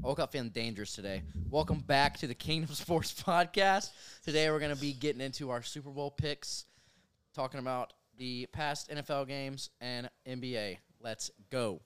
Woke up feeling dangerous today. Welcome back to the Kingdom Sports Podcast. Today we're going to be getting into our Super Bowl picks, talking about the past NFL games and NBA. Let's go.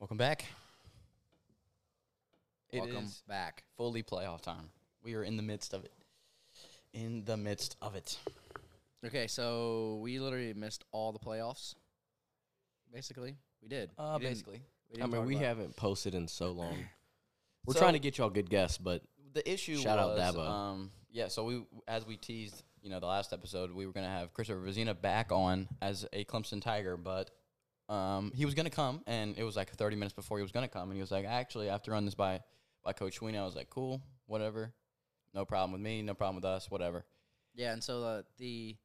Welcome back. It Welcome is back. fully playoff time. We are in the midst of it. In the midst of it. Okay, so we literally missed all the playoffs. Basically, we did. Uh, We didn't- basically. we didn't I mean, talk we about it. haven't posted in so long. We're So- trying to get y'all good guests, but The issue Shout out was, Dabo. um, yeah, so we, as we teased, you know, the last episode, we were going to have Christopher Vizina back on as a Clemson Tiger, but um, he was going to come, and it was like 30 minutes before he was going to come, and he was like, actually, I have to run this by, by Coach Sweeney. I was like, cool, whatever. No problem with me, no problem with us, whatever. Yeah, and so the the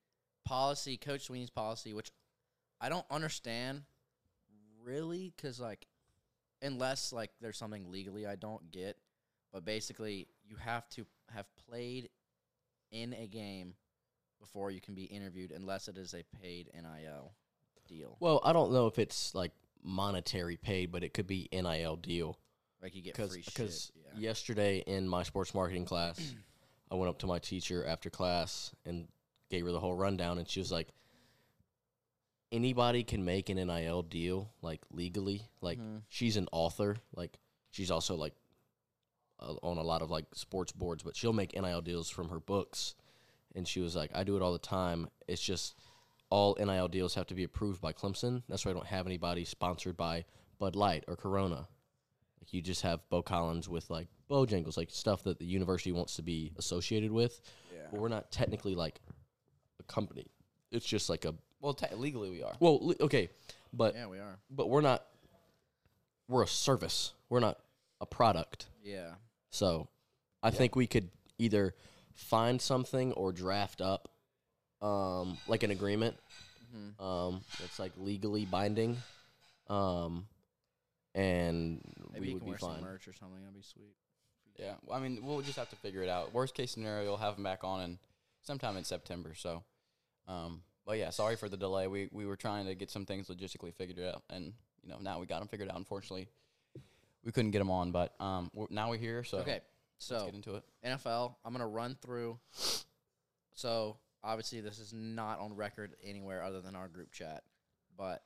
policy, Coach Sweeney's policy, which I don't understand really, because like, unless like there's something legally I don't get, but basically you have to have played in a game before you can be interviewed, unless it is a paid NIL deal, well, I don't know if it's like monetary paid, but it could be NIL deal. like you get Because free shit. Yeah. yesterday in my sports marketing class, I went up to my teacher after class and gave her the whole rundown, and she was like, "Anybody can make an NIL deal, like legally. Like Mhm. she's an author, like she's also like uh, on a lot of like sports boards, but she'll make NIL deals from her books." And she was like, "I do it all the time. It's just." All NIL deals have to be approved by Clemson. That's why I don't have anybody sponsored by Bud Light or Corona. Like you just have Bo Collins with like Bojangles, like stuff that the university wants to be associated with. But we're not technically like a company. It's just like a Well, te- legally, we are. well, li- okay, but yeah, we are. but we're not. We're a service. We're not a product. Yeah, So I think we could either find something or draft up um, like an agreement Mm-hmm. um, that's like legally binding, um, and maybe we you would can be wear some fine. merch or something. That'd be sweet. Yeah, well, I mean, we'll just have to figure it out. Worst case scenario, we'll have him back on in sometime in September. So, um, but yeah, sorry for the delay. We we were trying to get some things logistically figured out, and you know now we got them figured out. Unfortunately, we couldn't get them on, but um, we're, now we're here. So Okay, so let's get into it. NFL. I'm gonna run through. So obviously, this is not on record anywhere other than our group chat, but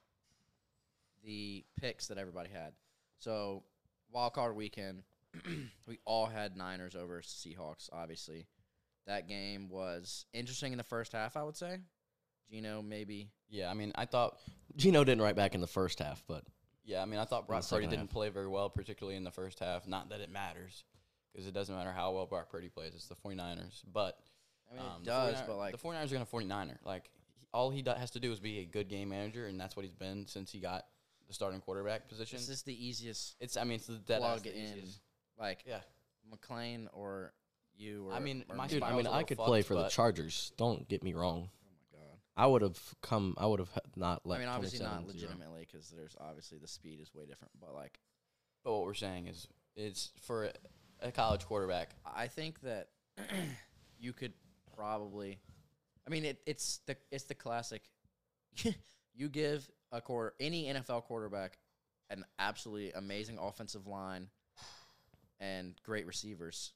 the picks that everybody had. So wild card weekend, we all had Niners over Seahawks. Obviously, that game was interesting in the first half. I would say, Gino maybe. Yeah, I mean, I thought Gino didn't write back in the first half, but yeah, I mean, I thought Brock Purdy second didn't half. play very well, particularly in the first half. Not that it matters, because it doesn't matter how well Brock Purdy plays. It's the 49ers, but. I mean, Um, it the does, 49er but like, the 49ers are going to 49er. Like he- all he do- has to do is be a good game manager, and that's what he's been since he got the starting quarterback position. this is the easiest. it's I mean it's the dead ass, Plug the in. easiest. Like Yeah, McLean or you. Or I mean, or my me. Dude, I Miles mean, a I little could play fucked, for the but- Chargers. Don't get me wrong. Oh my god. I would have come. I would have not let. I mean, obviously not 27-0. legitimately because there's obviously the speed is way different. But like, but what we're saying is it's for a, a college quarterback. I think that you could probably. I mean, it, it's the it's the classic. you give a quarter any NFL quarterback an absolutely amazing offensive line and great receivers,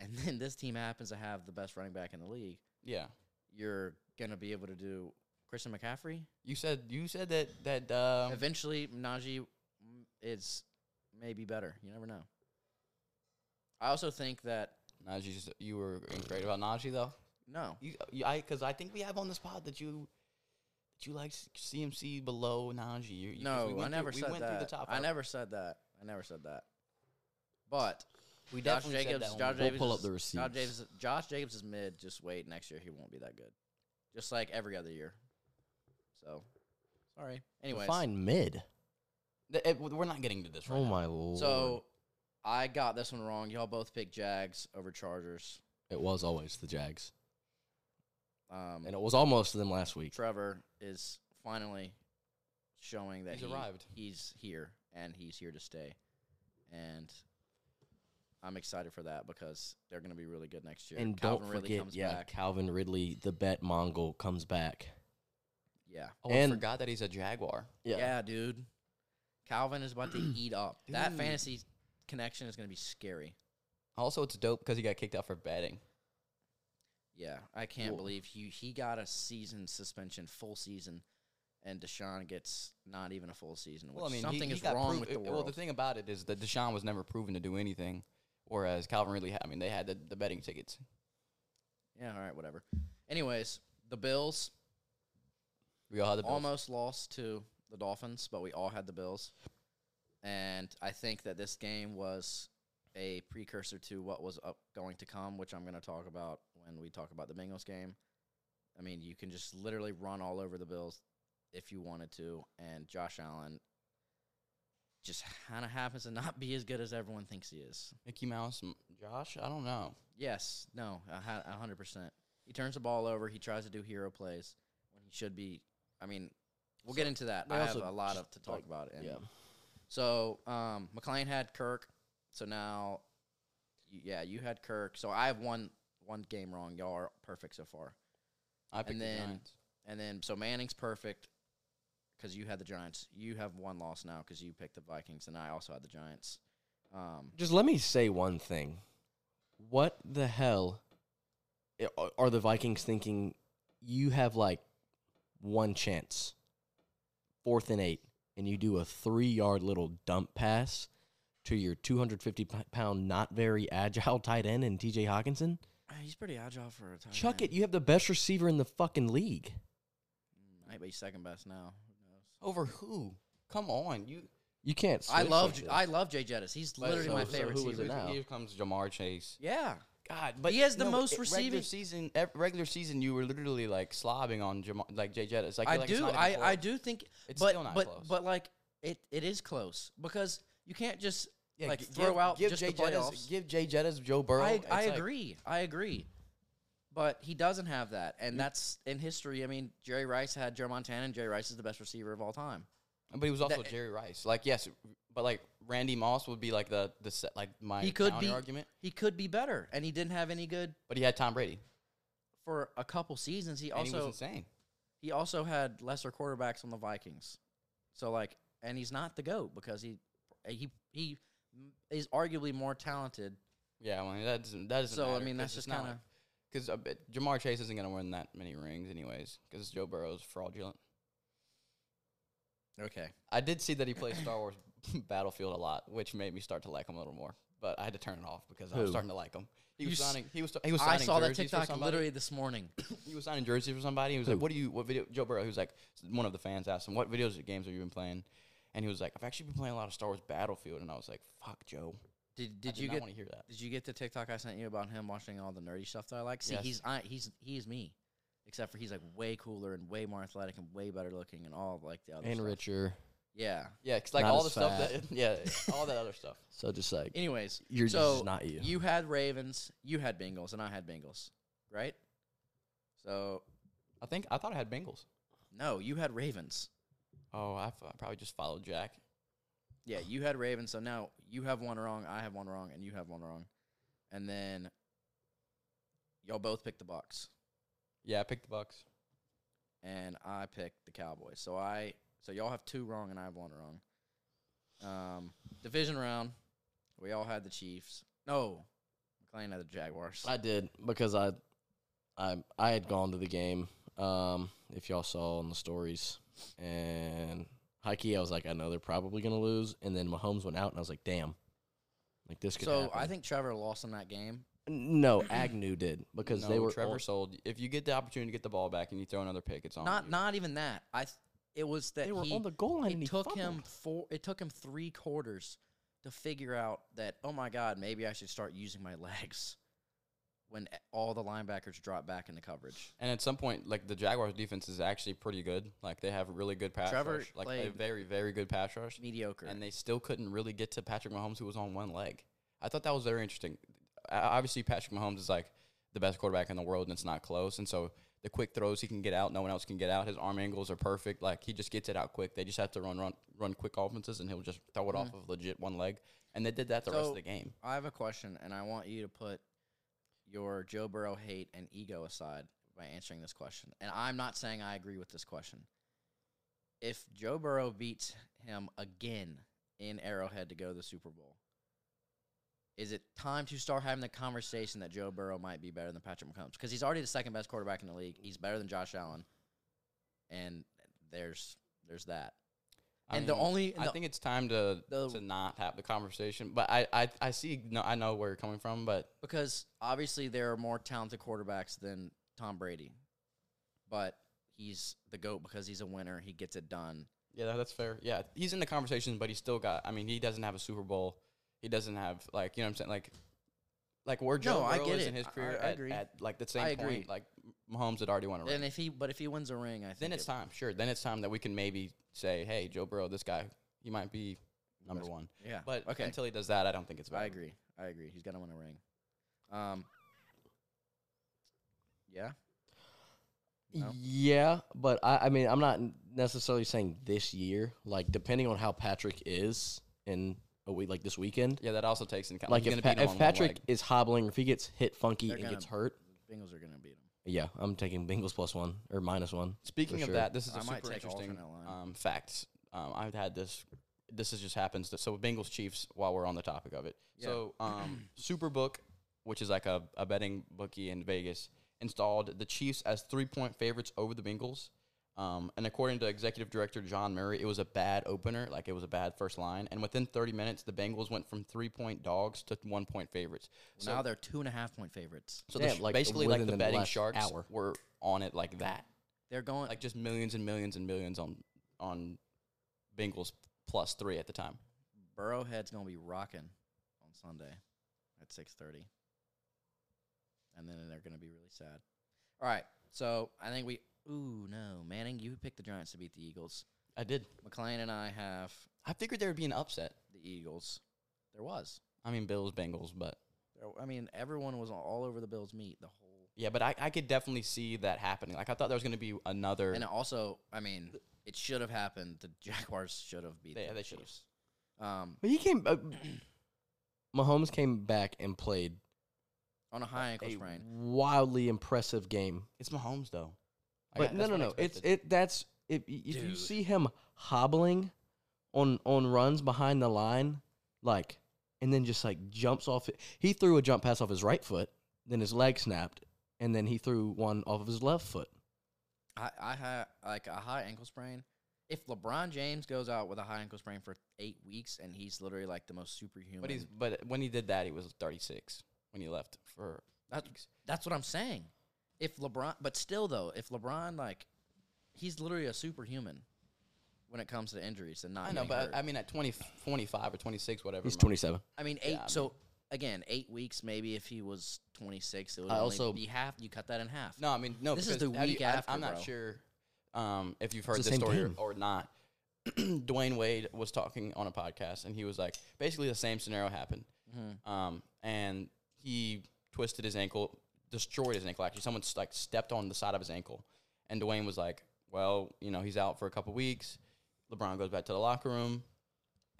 and then this team happens to have the best running back in the league. Yeah, You're gonna be able to do Christian McCaffrey. you said you said that that um, Eventually, Najee m- is maybe better. You never know. I also think that Najee just, you were great about Najee though. no, You, you I because I think we have on the spot that you. that You like CMC below Najee? You, you- 'cause no, we I went through- never we said went that. Through the top I five. never said that. I never said that. But We Josh definitely said Jacobs, that Josh one. We'll Jacobs, pull is- up the Josh receipts. Jacobs, Josh Jacobs is mid. Just wait, next year he won't be that good. Just like every other year. So, sorry. Anyways, Fine mid. Th- it- we're not getting to this right Oh now. my lord! So, I got this one wrong. Y'all both picked Jags over Chargers. it was always the Jags. um, and it was almost them last week. Trevor is finally showing that He's he- arrived. He's here and he's here to stay. And I'm excited for that because they're going to be really good next year. And Calvin don't Ridley forget, comes yeah, back. Calvin Ridley, the bet Mongol, comes back. Yeah. Oh, And- I forgot that he's a Jaguar. yeah, dude. Calvin is about to eat up. That Dude. fantasy connection is going to be scary. Also, it's dope because he got kicked out for betting. Yeah, I can't Whoa. believe he he got a season suspension, full season, and Deshaun gets not even a full season. Which Well, I mean, he- something he is got wrong proof- with the uh, world. Well, the thing about it is that Deshaun was never proven to do anything, whereas Calvin Ridley, had, I mean, they had the, the betting tickets. yeah, all right, whatever. Anyways, the Bills We all had the Bills. almost lost to the Dolphins, but we all had the Bills, and I think that this game was a precursor to what was up going to come, which I'm going to talk about when we talk about the Bengals game. I mean, you can just literally run all over the Bills if you wanted to, and Josh Allen just kind of happens to not be as good as everyone thinks he is. Mickey Mouse, M- Josh. I don't know. Yes, no, a hu- a hundred percent. He turns the ball over. He tries to do hero plays when he should be. I mean, we'll get into that. they I have also a lot just, of to talk like, about. And yeah. So um, McLean had Kirk. So now, y- yeah, you had Kirk. So I have one one game wrong. Y'all are perfect so far. I then- picked the Giants. And then so Manning's perfect because you had the Giants. You have one loss now because you picked the Vikings, and I also had the Giants. Um, Just let me say one thing. What the hell i- are- are the Vikings thinking? You have like one chance, fourth and eight, and you do a three yard little dump pass to your 250 p- pound, not very agile tight end and TJ Hawkinson. he's pretty agile for a time. Chuck it. You have the best receiver in the fucking league. Might be second best now. Who knows? Over who? Come on, you. You can't. I switch love like J- this. I love Jay Jettis. He's literally so- my so favorite who was it receiver. now? Here comes Jamar Chase. Yeah, God, He has the most it- receiving- regular season. ev- Regular season, you were literally like slobbing on Jamar, like Jay Jettis. Like I you're like, it's do. not even I, close. I do think It's but, still not but, close. But like it, it is close because you can't just Yeah, like g- throw out just Jay the playoffs. Jettas, give Jay Jettas Joe Burrow. I, It's I like- agree. I agree. But he doesn't have that, and that's in history. I mean, Jerry Rice had Joe Montana, and Jerry Rice is the best receiver of all time. But he was also That- Jerry Rice. Like yes, but like Randy Moss would be like the the set, like my He could counter be- argument. He could be better, and he didn't have any good But he had Tom Brady. for a couple seasons. He and he was also insane. he also had lesser quarterbacks on the Vikings. So like, and he's not the goat because he he he is arguably more talented. Yeah, I mean that doesn't that doesn't. so matter I mean, that's 'cause it's just not kind of because Jamar Chase isn't gonna win that many rings anyways because Joe Burrow's fraudulent. okay. I did see that he plays Star Wars Battlefield a lot, which made me start to like him a little more. But I had to turn it off because I was Who? starting to like him. He You was s- signing. He was. He was I signing saw that jerseys for TikTok somebody. literally this morning. He was signing jerseys for somebody. He was like, Who? "What do you? What video?" Joe Burrow. He was like, one of the fans asked him, "What videos or games have you been playing?" And he was like, "I've actually been playing a lot of Star Wars Battlefield." And I was like, "Fuck, Joe." Did I did you not get want to hear that? did you get the TikTok I sent you about him watching all the nerdy stuff that I like? See, Yes. he's I, he's he's me, except for he's like way cooler and way more athletic and way better looking and all of, like the other and stuff. richer. Yeah. Yeah, 'cause, like Not all as the stuff fat. that yeah, all that other stuff. So just like Anyways, you're so just not you. You had Ravens, you had Bengals, and I had Bengals, right? So I think I thought I had Bengals. no, you had Ravens. Oh, I, f- I probably just followed Jack. Yeah, you had Ravens, so now you have one wrong, I have one wrong, and you have one wrong. And then y'all both picked the Bucks. Yeah, I picked the Bucks. and I picked the Cowboys. So I so y'all have two wrong and I have one wrong. Um, division round, we all had the Chiefs. No, McLean had the Jaguars. I did because I, I, I had gone to the game. Um, if y'all saw in the stories, and high key, I was like, I know they're probably gonna lose. And then Mahomes went out, and I was like, damn, like this could. so happen. I think Trevor lost in that game. no, Agnew did because no, they were Trevor on- sold. If you get the opportunity to get the ball back and you throw another pick, it's on. Not you. not even that. I th- it was that they were he, on the goal line. and it he took fumbled. him four. It took him three quarters to figure out that oh my god, maybe I should start using my legs when e- all the linebackers drop back into coverage. And at some point, like the Jaguars' defense is actually pretty good. Like they have a really good pass Trevor rush, like a played- very very good pass rush. Mediocre. and they still couldn't really get to Patrick Mahomes, who was on one leg. I thought that was very interesting. O- Obviously, Patrick Mahomes is like the best quarterback in the world, and it's not close. And so the quick throws he can get out, no one else can get out. His arm angles are perfect. Like he just gets it out quick. They just have to run, run, run quick offenses, and he'll just throw it off of legit one leg. And they did that the rest Mm. So- of the game. I have a question, and I want you to put your Joe Burrow hate and ego aside by answering this question. And I'm not saying I agree with this question. If Joe Burrow beats him again in Arrowhead to go to the Super Bowl, is it time to start having the conversation that Joe Burrow might be better than Patrick Mahomes? Because he's already the second best quarterback in the league. He's better than Josh Allen, and there's there's that. I and the mean, only and I the- think it's time to the- to not have the conversation. But I, I, I see. No, I know where you're coming from, but because obviously there are more talented quarterbacks than Tom Brady, but he's the goat because he's a winner. He gets it done. Yeah, that- that's fair. Yeah, he's in the conversation, but he's still got. I mean, he doesn't have a Super Bowl. He doesn't have like you know what I'm saying. Like, like where Joe No, I Burrow get is it. in his I- career I at, agree. at like the same I point. agree. Like Mahomes had already won a ring. And if he, but if he wins a ring, I think then it's it- time. Sure, then it's time that we can maybe say, hey, Joe Burrow, this guy, he might be number one. Yeah, But okay, until he does that, I don't think it's. I valid. agree. I agree. He's got to win a ring. Um. Yeah. No? Yeah, but I, I mean, I'm not necessarily saying this year. Like, depending on how Patrick is in a week, like this weekend. Yeah, that also takes in account. Like, he's if, gonna Pa- beat him on if one Patrick leg. is hobbling, or if he gets hit funky They're and gonna- gets hurt, The Bengals are gonna beat him. yeah, I'm taking Bengals plus one or minus one. Speaking For of sure. that, this is a I might super take interesting alternate line. um, fact. Um, I've had this. This is just happens. That, so Bengals Chiefs. While we're on the topic of it, Yeah. so um, SuperBook, which is like a, a betting bookie in Vegas, installed the Chiefs as three point favorites over the Bengals. Um, and according to executive director John Murray, it was a bad opener, like it was a bad first line. And within 30 minutes, the Bengals went from three point dogs to one point favorites. So now they're two and a half point favorites. so the Yeah, sh- like, basically, like within the the betting last sharks hour. were on it like that They're going. like just millions and millions and millions on on Bengals plus three at the time. Burrowhead's gonna be rocking on Sunday at six thirty, and then they're gonna be really sad. All right, so I think we. Ooh no, Manning, you picked the Giants to beat the Eagles. I did. McLean and I have I figured there would be an upset. the Eagles. There was. I mean Bills Bengals, but There, I mean, everyone was all over the Bills' meat the whole. yeah, but I, I could definitely see that happening. Like I thought there was going to be another. And also, I mean, it should have happened. The Jaguars should have beat. Yeah, the they should've. Chiefs. Um, But he came. Uh, Mahomes came back and played on a high ankle a sprain. wildly impressive game. it's Mahomes though. I But got- no, that's no, what I no. It's expected. it. That's if, y- if you Dude. see him hobbling on on runs behind the line, like, and then just like jumps off. it- He threw a jump pass off his right foot, then his leg snapped, and then he threw one off of his left foot. I, I had like a high ankle sprain. If LeBron James goes out with a high ankle sprain for eight weeks and he's literally like the most superhuman, but he's but when he did that, he was 36 when he left for. that's, that's what I'm saying. If LeBron, but still though, if LeBron like, he's literally a superhuman when it comes to injuries and not. I know, getting but hurt. I mean at 20, 25 or 26, whatever. He's Mahomes- twenty seven. I mean eight. yeah, I mean- so again, eight weeks maybe if he was 26, it would I only also- be half. You cut that in half. No, I mean no. This is because the how do week you, I- after, I'm not bro. sure um, if you've heard the this same story or, game. or not. Dwayne Wade was talking on a podcast, and he was like, basically the same scenario happened, Mm-hmm. um, and he twisted his ankle, destroyed his ankle. Actually, someone s- like stepped on the side of his ankle, and Dwayne was like, "Well, you know, he's out for a couple weeks." LeBron goes back to the locker room,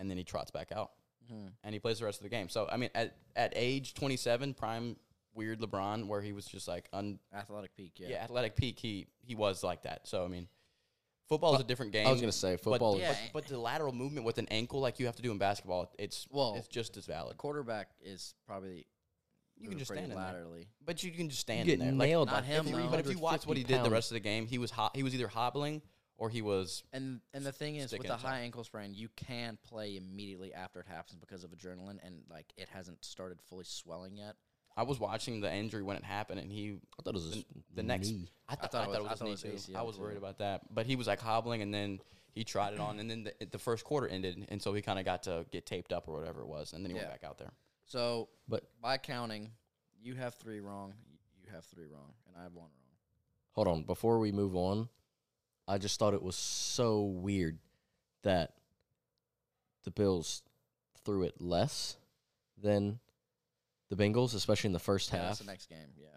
and then he trots back out, Mm-hmm. and he plays the rest of the game. So, I mean, at at age 27, prime weird LeBron, where he was just like un athletic peak. Yeah. yeah, athletic peak, he he was like that. So I mean, football is a different game. I was gonna say football. is- but, Yeah. but, but the lateral movement with an ankle, like you have to do in basketball, it's Well, it's just as valid. Quarterback is probably You can moving just pretty stand in there. laterally. But you can just stand You in get there, nailed Not by him, Like, though. but if you watch what he 350 did the pounds. rest of the game, he was ho- he was either hobbling or he was And and the thing is, stick with it a outside. high ankle sprain, you can play immediately after it happens because of adrenaline and like it hasn't started fully swelling yet. I was watching the injury when it happened, and he I thought it was the, his the next. knee. I, thought thought I it was- thought it I was, thought it his knee was too. ACL I was worried too. about that, but he was like hobbling, and then he tried it on, and then the, the first quarter ended, and so he kind of got to get taped up or whatever it was, and then he Yeah. went back out there. So, But- by counting, you have three wrong, y- you have three wrong, and I have one wrong. hold on before we move on i just thought it was so weird that the bills threw it less than the bengals especially in the first Yeah, that's half the next game. Yeah,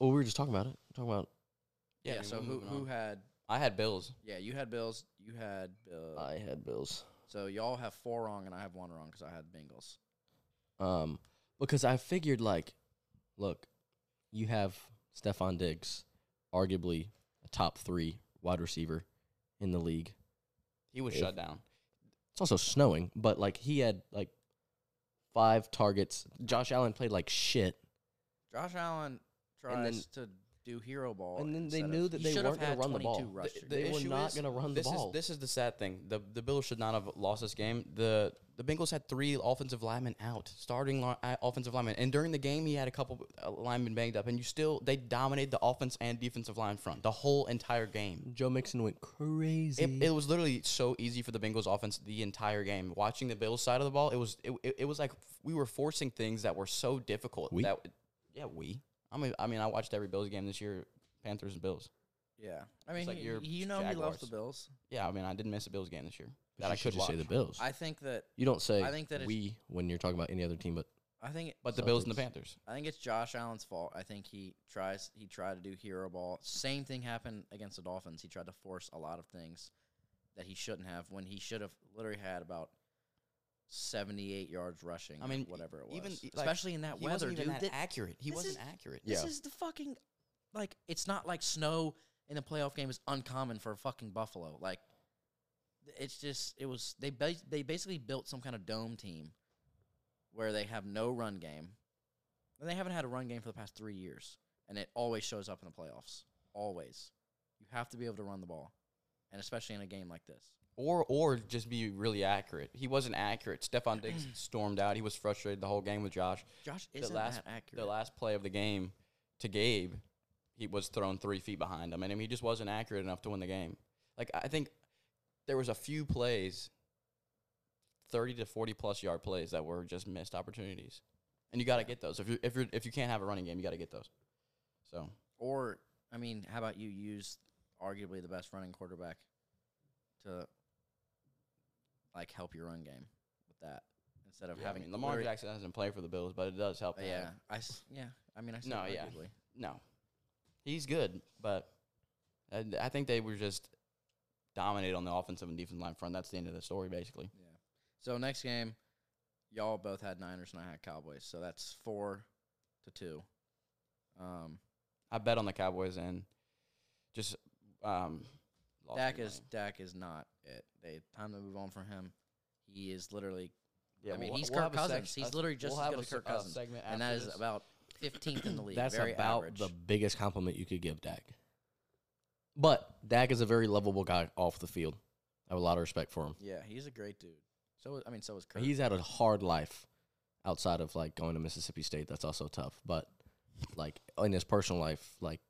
Well, we were just talking about it. Talking about Yeah. I mean, so we're who moving who on. had? I had Bills. Yeah, you had Bills. You had Bills. I had Bills. so y'all have four wrong, and I have one wrong because I had Bengals. Um, because I figured like, look, you have Stefan Diggs, arguably a top three wide receiver in the league. He was If- shut down. It's also snowing, but like he had like five targets. Josh Allen played like shit. Josh Allen And then- tries to do hero ball, and then they instead knew of- that he they should have weren't gonna had run the ball. 22 rush The- yards. the they were issue not is, gonna run the this ball. Is, this is the sad thing. The the Bills should not have lost this game. The the Bengals had three offensive linemen out, starting li- uh, offensive linemen, and during the game he had a couple uh, linemen banged up, and you still they dominated the offense and defensive line front the whole entire game. Joe Mixon went crazy. It, it was literally so easy for the Bengals offense the entire game. Watching the Bills side of the ball, it was it, it, it was like we were forcing things that were so difficult. We? That, yeah, we. I mean, I mean, I watched every Bills game this year, Panthers and Bills. Yeah, I mean, like he- your he- you know he loves Jaguars. the Bills. Yeah, I mean, I didn't miss a Bills game this year But that you I should could just watch. say the Bills. I think that you don't say I think that it's- we when you're talking about any other team, but I think But the Bills and the Celtics. Panthers. I think it's Josh Allen's fault. I think he tries he tried to do hero ball. Same thing happened against the Dolphins. He tried to force a lot of things that he shouldn't have when he should have literally had about 78 yards rushing. I I mean, mean, whatever it was. even, like, Especially in that He weather, wasn't even dude. that Th- accurate. He this wasn't is- accurate. This is the fucking like it's not like snow in the playoff game is uncommon for fucking Buffalo. Like it's just it was they ba- they basically built some kind of dome team where they have no run game. And they haven't had a run game for the past 3 years and it always shows up in the playoffs. Always. You have to be able to run the ball and especially in a game like this. Or or just be really accurate. He wasn't accurate. Stephon Diggs stormed out. He was frustrated the whole game with Josh. Josh The isn't last- that accurate. The last play of the game to Gabe, he was thrown three feet behind him, and I mean, he just wasn't accurate enough to win the game. Like I think there was a few plays, thirty to forty plus yard plays that were just missed opportunities, and you got to get those. If you if you if you can't have a running game, you got to get those. So Or I mean, how about you use arguably the best running quarterback to like help your run game with that instead of yeah, having I mean, Lamar literally- Jackson doesn't play for the Bills, but it does help. Uh, to have Yeah, I s- yeah. I mean, I said No, yeah. arguably. No, he's good, but I, I think they were just dominated on the offensive and defensive line front. That's the end of the story, basically. Yeah. So next game, y'all both had Niners and I had Cowboys, so that's four to two. Um, I bet on the Cowboys and just um. lost Dak my is mind. Dak is not it. They time to move on from him. He is literally, Yeah, I mean, we'll- he's we'll Kirk have a sec- Cousins. He's a- literally just we'll as have good a as se- Kirk a Cousins, segment and that after is this. about fifteenth in the league. That's very about average. the biggest compliment you could give Dak. But Dak is a very lovable guy off the field. I have a lot of respect for him. Yeah, he's a great dude. So I mean, so is Kirk. He's had a hard life outside of like going to Mississippi State. That's also tough. But like in his personal life, like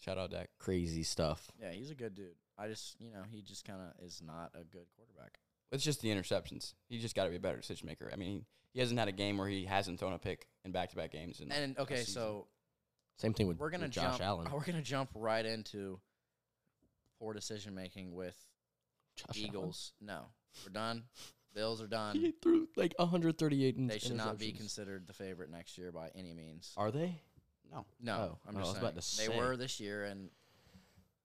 shout out Dak. crazy stuff. yeah, he's a good dude. I just you know he just kind of is not a good quarterback. It's just the interceptions. He just got to be a better decision maker. I mean, he hasn't had a game where he hasn't thrown a pick in back to back games. And, And okay, season. so Same thing with, we're gonna with Josh jump, Allen. We're gonna jump right into poor decision making with Josh Allen. Eagles. No, we're done. Bills are He done. threw like 138. in- They should not be interceptions. considered the favorite next year by any means. Are they? no. No, oh, I'm I just was saying about to they say. were this year, and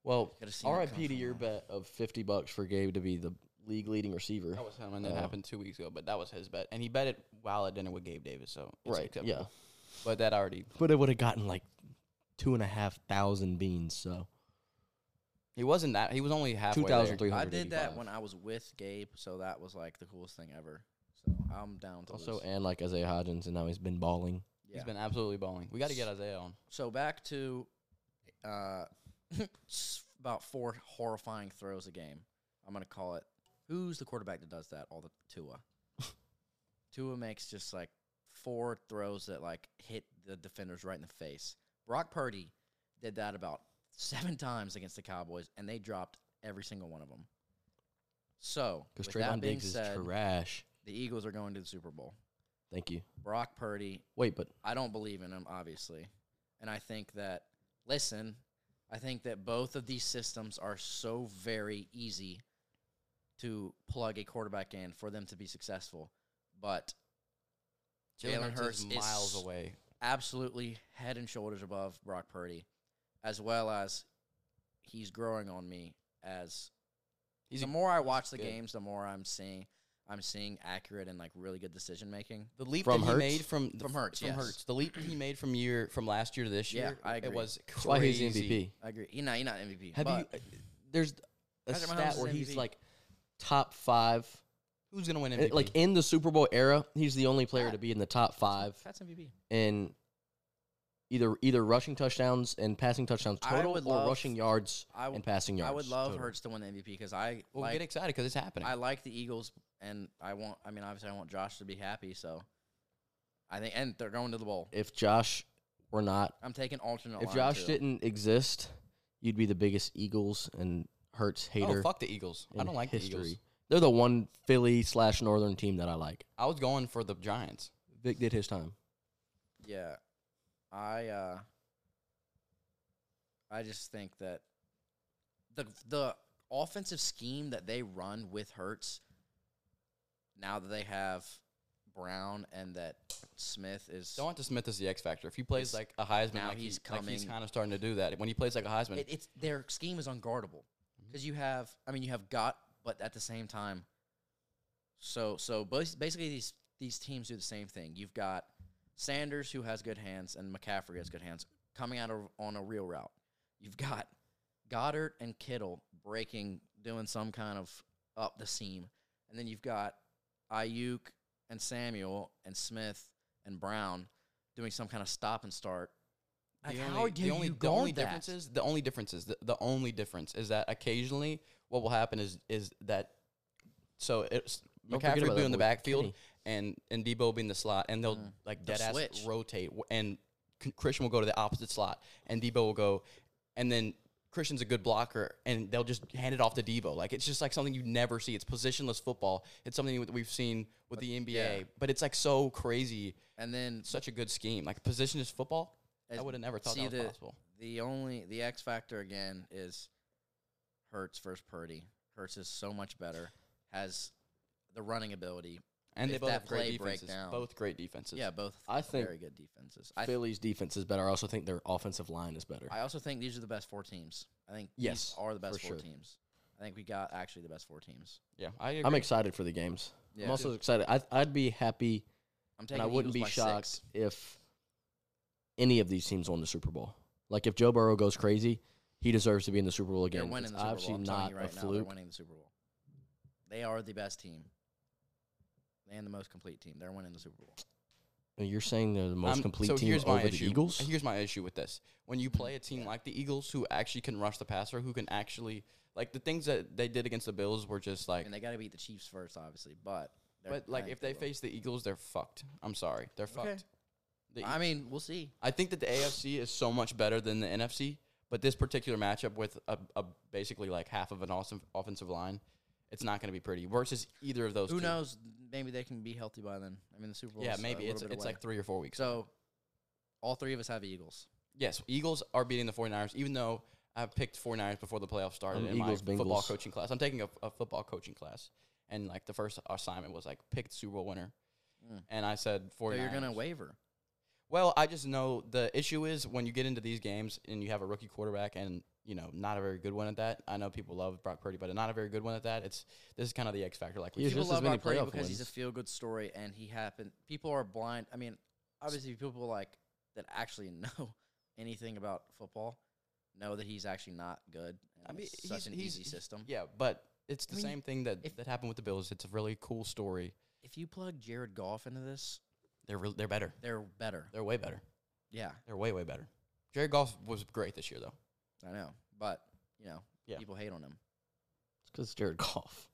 Well, Gotta see that come RIP to from your him. bet of 50 bucks for Gabe to be the league leading receiver. That was him, and that Oh. happened two weeks ago. But that was his bet, and he bet it while at dinner with Gabe Davis. So it's right. acceptable. Yeah. But that already But it would have gotten like two and a half thousand beans. So He wasn't that. He was only halfway. two there. thousand three I hundred. did that when I was with Gabe, so that was like the coolest thing ever. So I'm down to also lose. and like Isaiah Hodgins, and now he's been balling. yeah. He's been absolutely balling. We got to get Isaiah on. so back to uh, s- about four horrifying throws a game. I'm gonna call it. Who's the quarterback that does that? All the Tua. Tua makes just like four throws that like hit the defenders right in the face. Brock Purdy did that about seven times against the Cowboys, and they dropped every single one of them. So, Because with that Trayvon being Diggs said, is trash. the Eagles are going to the Super Bowl. Thank you. Brock Purdy Wait, but I don't believe in him, obviously. And I think that, listen, I think that both of these systems are so very easy to plug a quarterback in for them to be successful. But Jalen Hurts is miles away absolutely head and shoulders above Brock Purdy, as well as he's growing on me as He's the a- more I watch the good. games, the more I'm seeing I'm seeing accurate and like really good decision making. The leap From that Hurts? he made from the From f- Hurts, from yes. Hurts. The leap he made from year from last year to this Yeah, year. I It agree. was That's crazy. why he's the MVP. I agree. You're not, you're not MVP. Have but you? uh, There's a Patrick Mahomes stat is where he's MVP. like, Top five, who's gonna win And, MVP? like in the Super Bowl era, he's the only player to be in the top five Pat's MVP. in either either rushing touchdowns and passing touchdowns I total or would love- rushing yards I w- and passing yards. I would love total. Hurts to win the MVP because I well, like get excited because it's happening. Oh, I like the Eagles and I want. I mean, obviously, I want Josh to be happy. So I think, and they're going to the bowl. If Josh were not, I'm taking alternate. if line, Josh too. didn't exist, you'd be the biggest Eagles and Hurts hater. oh fuck the Eagles! I in don't like history. the Eagles. They're the one Philly slash Northern team that I like. I was going for the Giants. Vic did his time. yeah, I uh, I just think that the the offensive scheme that they run with Hurts, now that they have Brown and that Smith is Devonta Smith is the X factor. If he plays like a Heisman, now like he- he's like he's coming. kind of starting to do that. When he plays like a Heisman, it, it's their scheme is unguardable Mm-hmm. because you have I mean you have got but at the same time so so bas- basically these these teams do the same thing you've got Sanders who has good hands and McCaffrey has good hands coming out of, on a real route you've got Goddard and Kittle breaking doing some kind of up the seam and then you've got Ayuk and Samuel and Smith and Brown doing some kind of stop and start the Like, only, how do the only, you the only guard that? difference is the only difference is the, the only difference is that occasionally what will happen is is that so it's Don't forget McCaffrey about will that be in the boy, backfield Kenny. and and Debo will be in the slot and they'll like Mm. They'll dead ass switch. rotate w- and C- Christian will go to the opposite slot and Debo will go and then Christian's a good blocker and they'll just hand it off to Debo like it's just like something you never see it's positionless football it's something that we've seen with the NBA yeah. but it's like so crazy and then such a good scheme like positionless football I As- would have never thought see that was the- possible. The only the X factor again is Hertz versus Purdy. Hertz is so much better, has the running ability. And they if both that have great play defenses. breakdown- Both great defenses. Yeah, both I think very good defenses. I th- Philly's defense is better. I also think their offensive line is better. I also think these are the best four teams. I think Yes, these are the best for four sure. teams. I think we got actually the best four teams. yeah. I agree. I'm excited for the games. Yeah. I'm also excited. I, I'd be happy, I'm and taking I wouldn't Eagles be by shocked six. if any of these teams won the Super Bowl. Like if Joe Burrow goes crazy, he deserves to be in the Super Bowl again. They're It's winning the Super obviously Bowl. I'm telling not you a right now, they're fluke. winning the Super Bowl. They are the best team. And the most complete team. They're winning the Super Bowl. You're saying they're the most I'm- complete Um, so team here's over my the issue. Eagles. Here's my issue with this. When you play a team like the Eagles who actually can rush the passer, who can actually like the things that they did against the Bills were just like And they got to beat the Chiefs first, obviously. But they're- but I like think if they will. face the Eagles, they're fucked. I'm sorry. They're fucked. The E- I mean, we'll see. I think that the AFC is so much better than the NFC, but this particular matchup with a, a basically like half of an awesome offensive line, it's not going to be pretty versus either of those Who two. knows? Maybe they can be healthy by then. I mean, the Super Bowl. Yeah, is maybe a it's little bit it's away. like 3 or 4 weeks. so. All three of us have Eagles. Yes, Eagles are beating the 49ers, even though I've picked 49ers before the playoffs started I'm in Eagles, my football Bengals. coaching class. I'm taking a, a football coaching class. And like the first assignment was like pick the Super Bowl winner. Mm. And I said 49ers. So you're gonna waiver. Well, I just know the issue is when you get into these games and you have a rookie quarterback and, you know, not a very good one at that. I know people love Brock Purdy, but not a very good one at that. It's this is kind of the X factor. Like we He's People just as love many our player playoff because he's a wins. feel good story, and he happened. People are blind. I mean, obviously, people like that actually know anything about football know that he's actually not good. And I mean, it's he's- such an he's- easy he's- system. Yeah, but it's I the mean, same thing that if- that happened with the Bills. It's a really cool story. If you plug Jared Goff into this, They're real they're better. they're better. They're way better. Yeah, They're way way better. Jared Goff was great this year though. I know, but you know, Yeah. people hate on him. Because Jared Goff.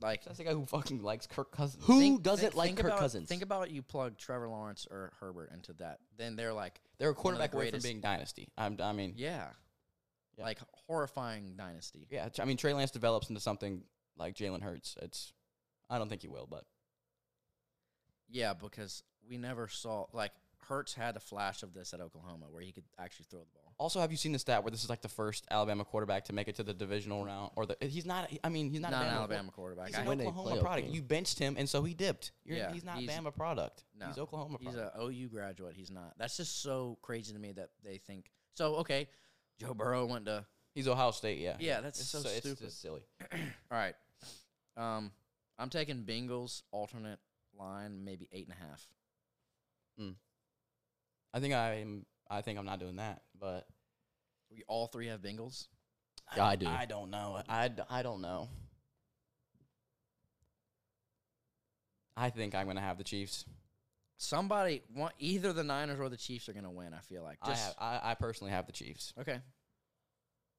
Like That's the guy who fucking likes Kirk Cousins. Who Think- doesn't think- like think Kirk about, Cousins? Think about you plug Trevor Lawrence or Herbert into that. Then they're like, They're a One of the quarterback away from greatest. being dynasty. I'm, I mean, yeah. yeah, Yeah. like horrifying dynasty. I mean, Trey Lance develops into something like Jalen Hurts. It's, I don't think he will, but Yeah, because we never saw like Hertz had a flash of this at Oklahoma where he could actually throw the ball. Also, have you seen the stat where this is like the first Alabama quarterback to make it to the divisional round? Or the he's not. I mean, he's not, Not, a an Bama Alabama quarterback. He's I- an When they Oklahoma play product. Oklahoma. You benched him, and so he dipped. You're, Yeah, he's not he's- Bama product. no. he's Oklahoma He's product. a OU graduate. He's not. That's just so crazy to me that they think. So okay, Joe Burrow went to. he's Ohio State. Yeah, Yeah, that's It's so, it's stupid. just silly. All right, um, I'm taking Bengals alternate line, maybe eight and a half. I think I'm. I think I'm not doing that. But We all three have Bengals. Yeah, I do. I don't know. I, d- I don't know. I think I'm gonna have the Chiefs. Somebody, one, either the Niners or the Chiefs are going to win. I feel like. Just, I have. I, I personally have the Chiefs, okay.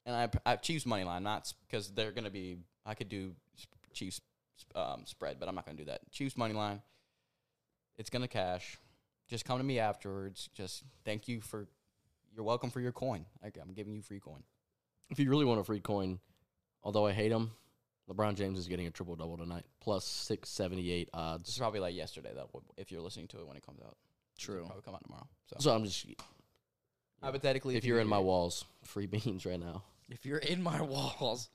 and I, I have Chiefs money line, not because they're gonna be. I could do sp- Chiefs sp- um, spread, but I'm not gonna do that. Chiefs money line. It's gonna cash. Just come to me afterwards. Just thank you for. You're welcome for your coin. Like, I'm giving you free coin. if you really want a free coin, although I hate him, LeBron James is getting a triple double tonight, plus six seventy eight This is odds. probably like yesterday though. w- If you're listening to it when it comes out, True. it'll probably come out tomorrow. So, So I'm just hypothetically, if you're in my wall. walls, free beans right now. If you're in my walls,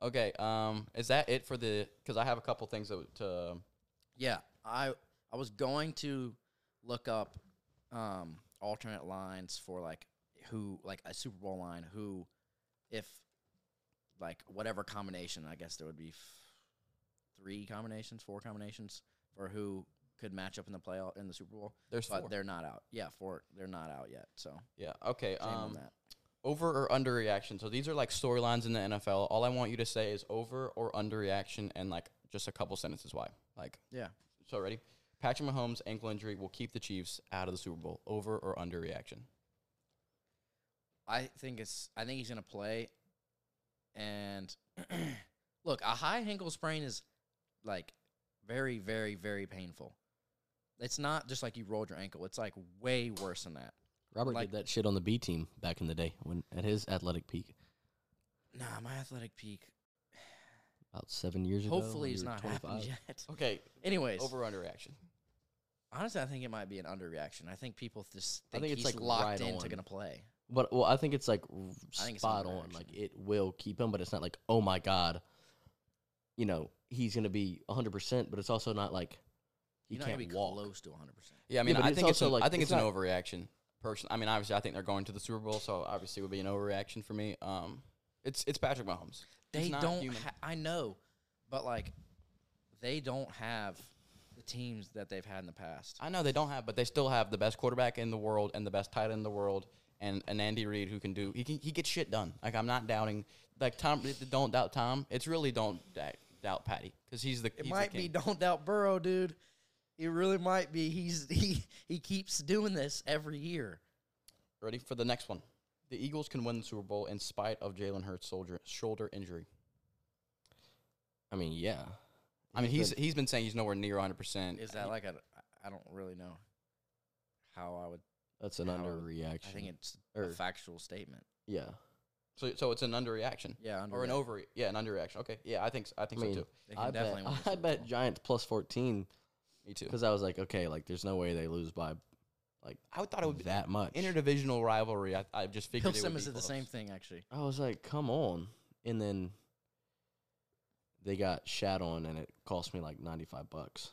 Okay. Um, is that it for the? Because I have a couple things that, to. um, yeah. I I was going to look up um alternate lines for like who like a Super Bowl line who if like whatever combination I guess there would be f- three combinations, four combinations for who could match up in the playoff in the Super Bowl, There's but four. they're not out. Yeah, four. They're not out yet. So Yeah. Okay. shame on Um, that. over or under reaction. So these are like storylines in the NFL. All I want you to say is over or under reaction, and like just a couple sentences why. Like Yeah. so. Ready? Patrick Mahomes' ankle injury will keep the Chiefs out of the Super Bowl. Over or under reaction. I think it's. I think he's gonna play. And look, a high ankle sprain is like very, very, very painful. It's not just like you rolled your ankle. It's like way worse than that. Robert Like- did that shit on the B team back in the day when at his athletic peak Nah, my athletic peak. about seven years ago. Hopefully, when it's you were not 25. happened yet. Okay. Anyways, Over or under reaction. honestly, I think it might be an underreaction. I think people just I think, think it's, he's like, locked right into on. gonna play. But well, I think it's like r- think it's spot on. overreaction. Like it will keep him, but it's not like oh my god, you know he's gonna be 100. percent But it's also not like he You're not can't gonna be walk. close to 100. percent Yeah. I mean, but I it's think it's. also, an- like, I think it's, it's an not- overreaction. Person. I mean, obviously, I think they're going to the Super Bowl, so obviously, it would be an overreaction for me. Um, it's it's Patrick Mahomes. He's They not don't. human. Ha- I know, but like, they don't have the teams that they've had in the past. I know they don't have, but they still have the best quarterback in the world and the best tight end in the world, and, and Andy Reid who can do he can, he gets shit done. Like I'm not doubting like Tom. Don't doubt Tom. It's really don't da- doubt Patty because he's the. It he's the might be king. don't doubt Burrow, dude. It really might be. He's he he keeps doing this every year. ready for the next one. The Eagles can win the Super Bowl in spite of Jalen Hurts' soldier, shoulder injury. I mean, yeah. I mean, he's been- he's been saying he's nowhere near 100. percent Is that like a? I don't really know how I would. that's an How- I underreaction. I think it's a Or- factual statement. yeah. so? So it's an underreaction Yeah, under or an over? Yeah, an underreaction. Okay, yeah, I think s- I think I so mean, too. They can I definitely win bet, the I Super bet Bowl. Giants plus 14 Me too. because I was like, okay, like there's no way they lose by I would thought it would be that much. interdivisional rivalry. I, I just figured Bill it would Simmons be did the close. same thing actually. I was like, come on. And then they got shat on, and it cost me like 95 bucks.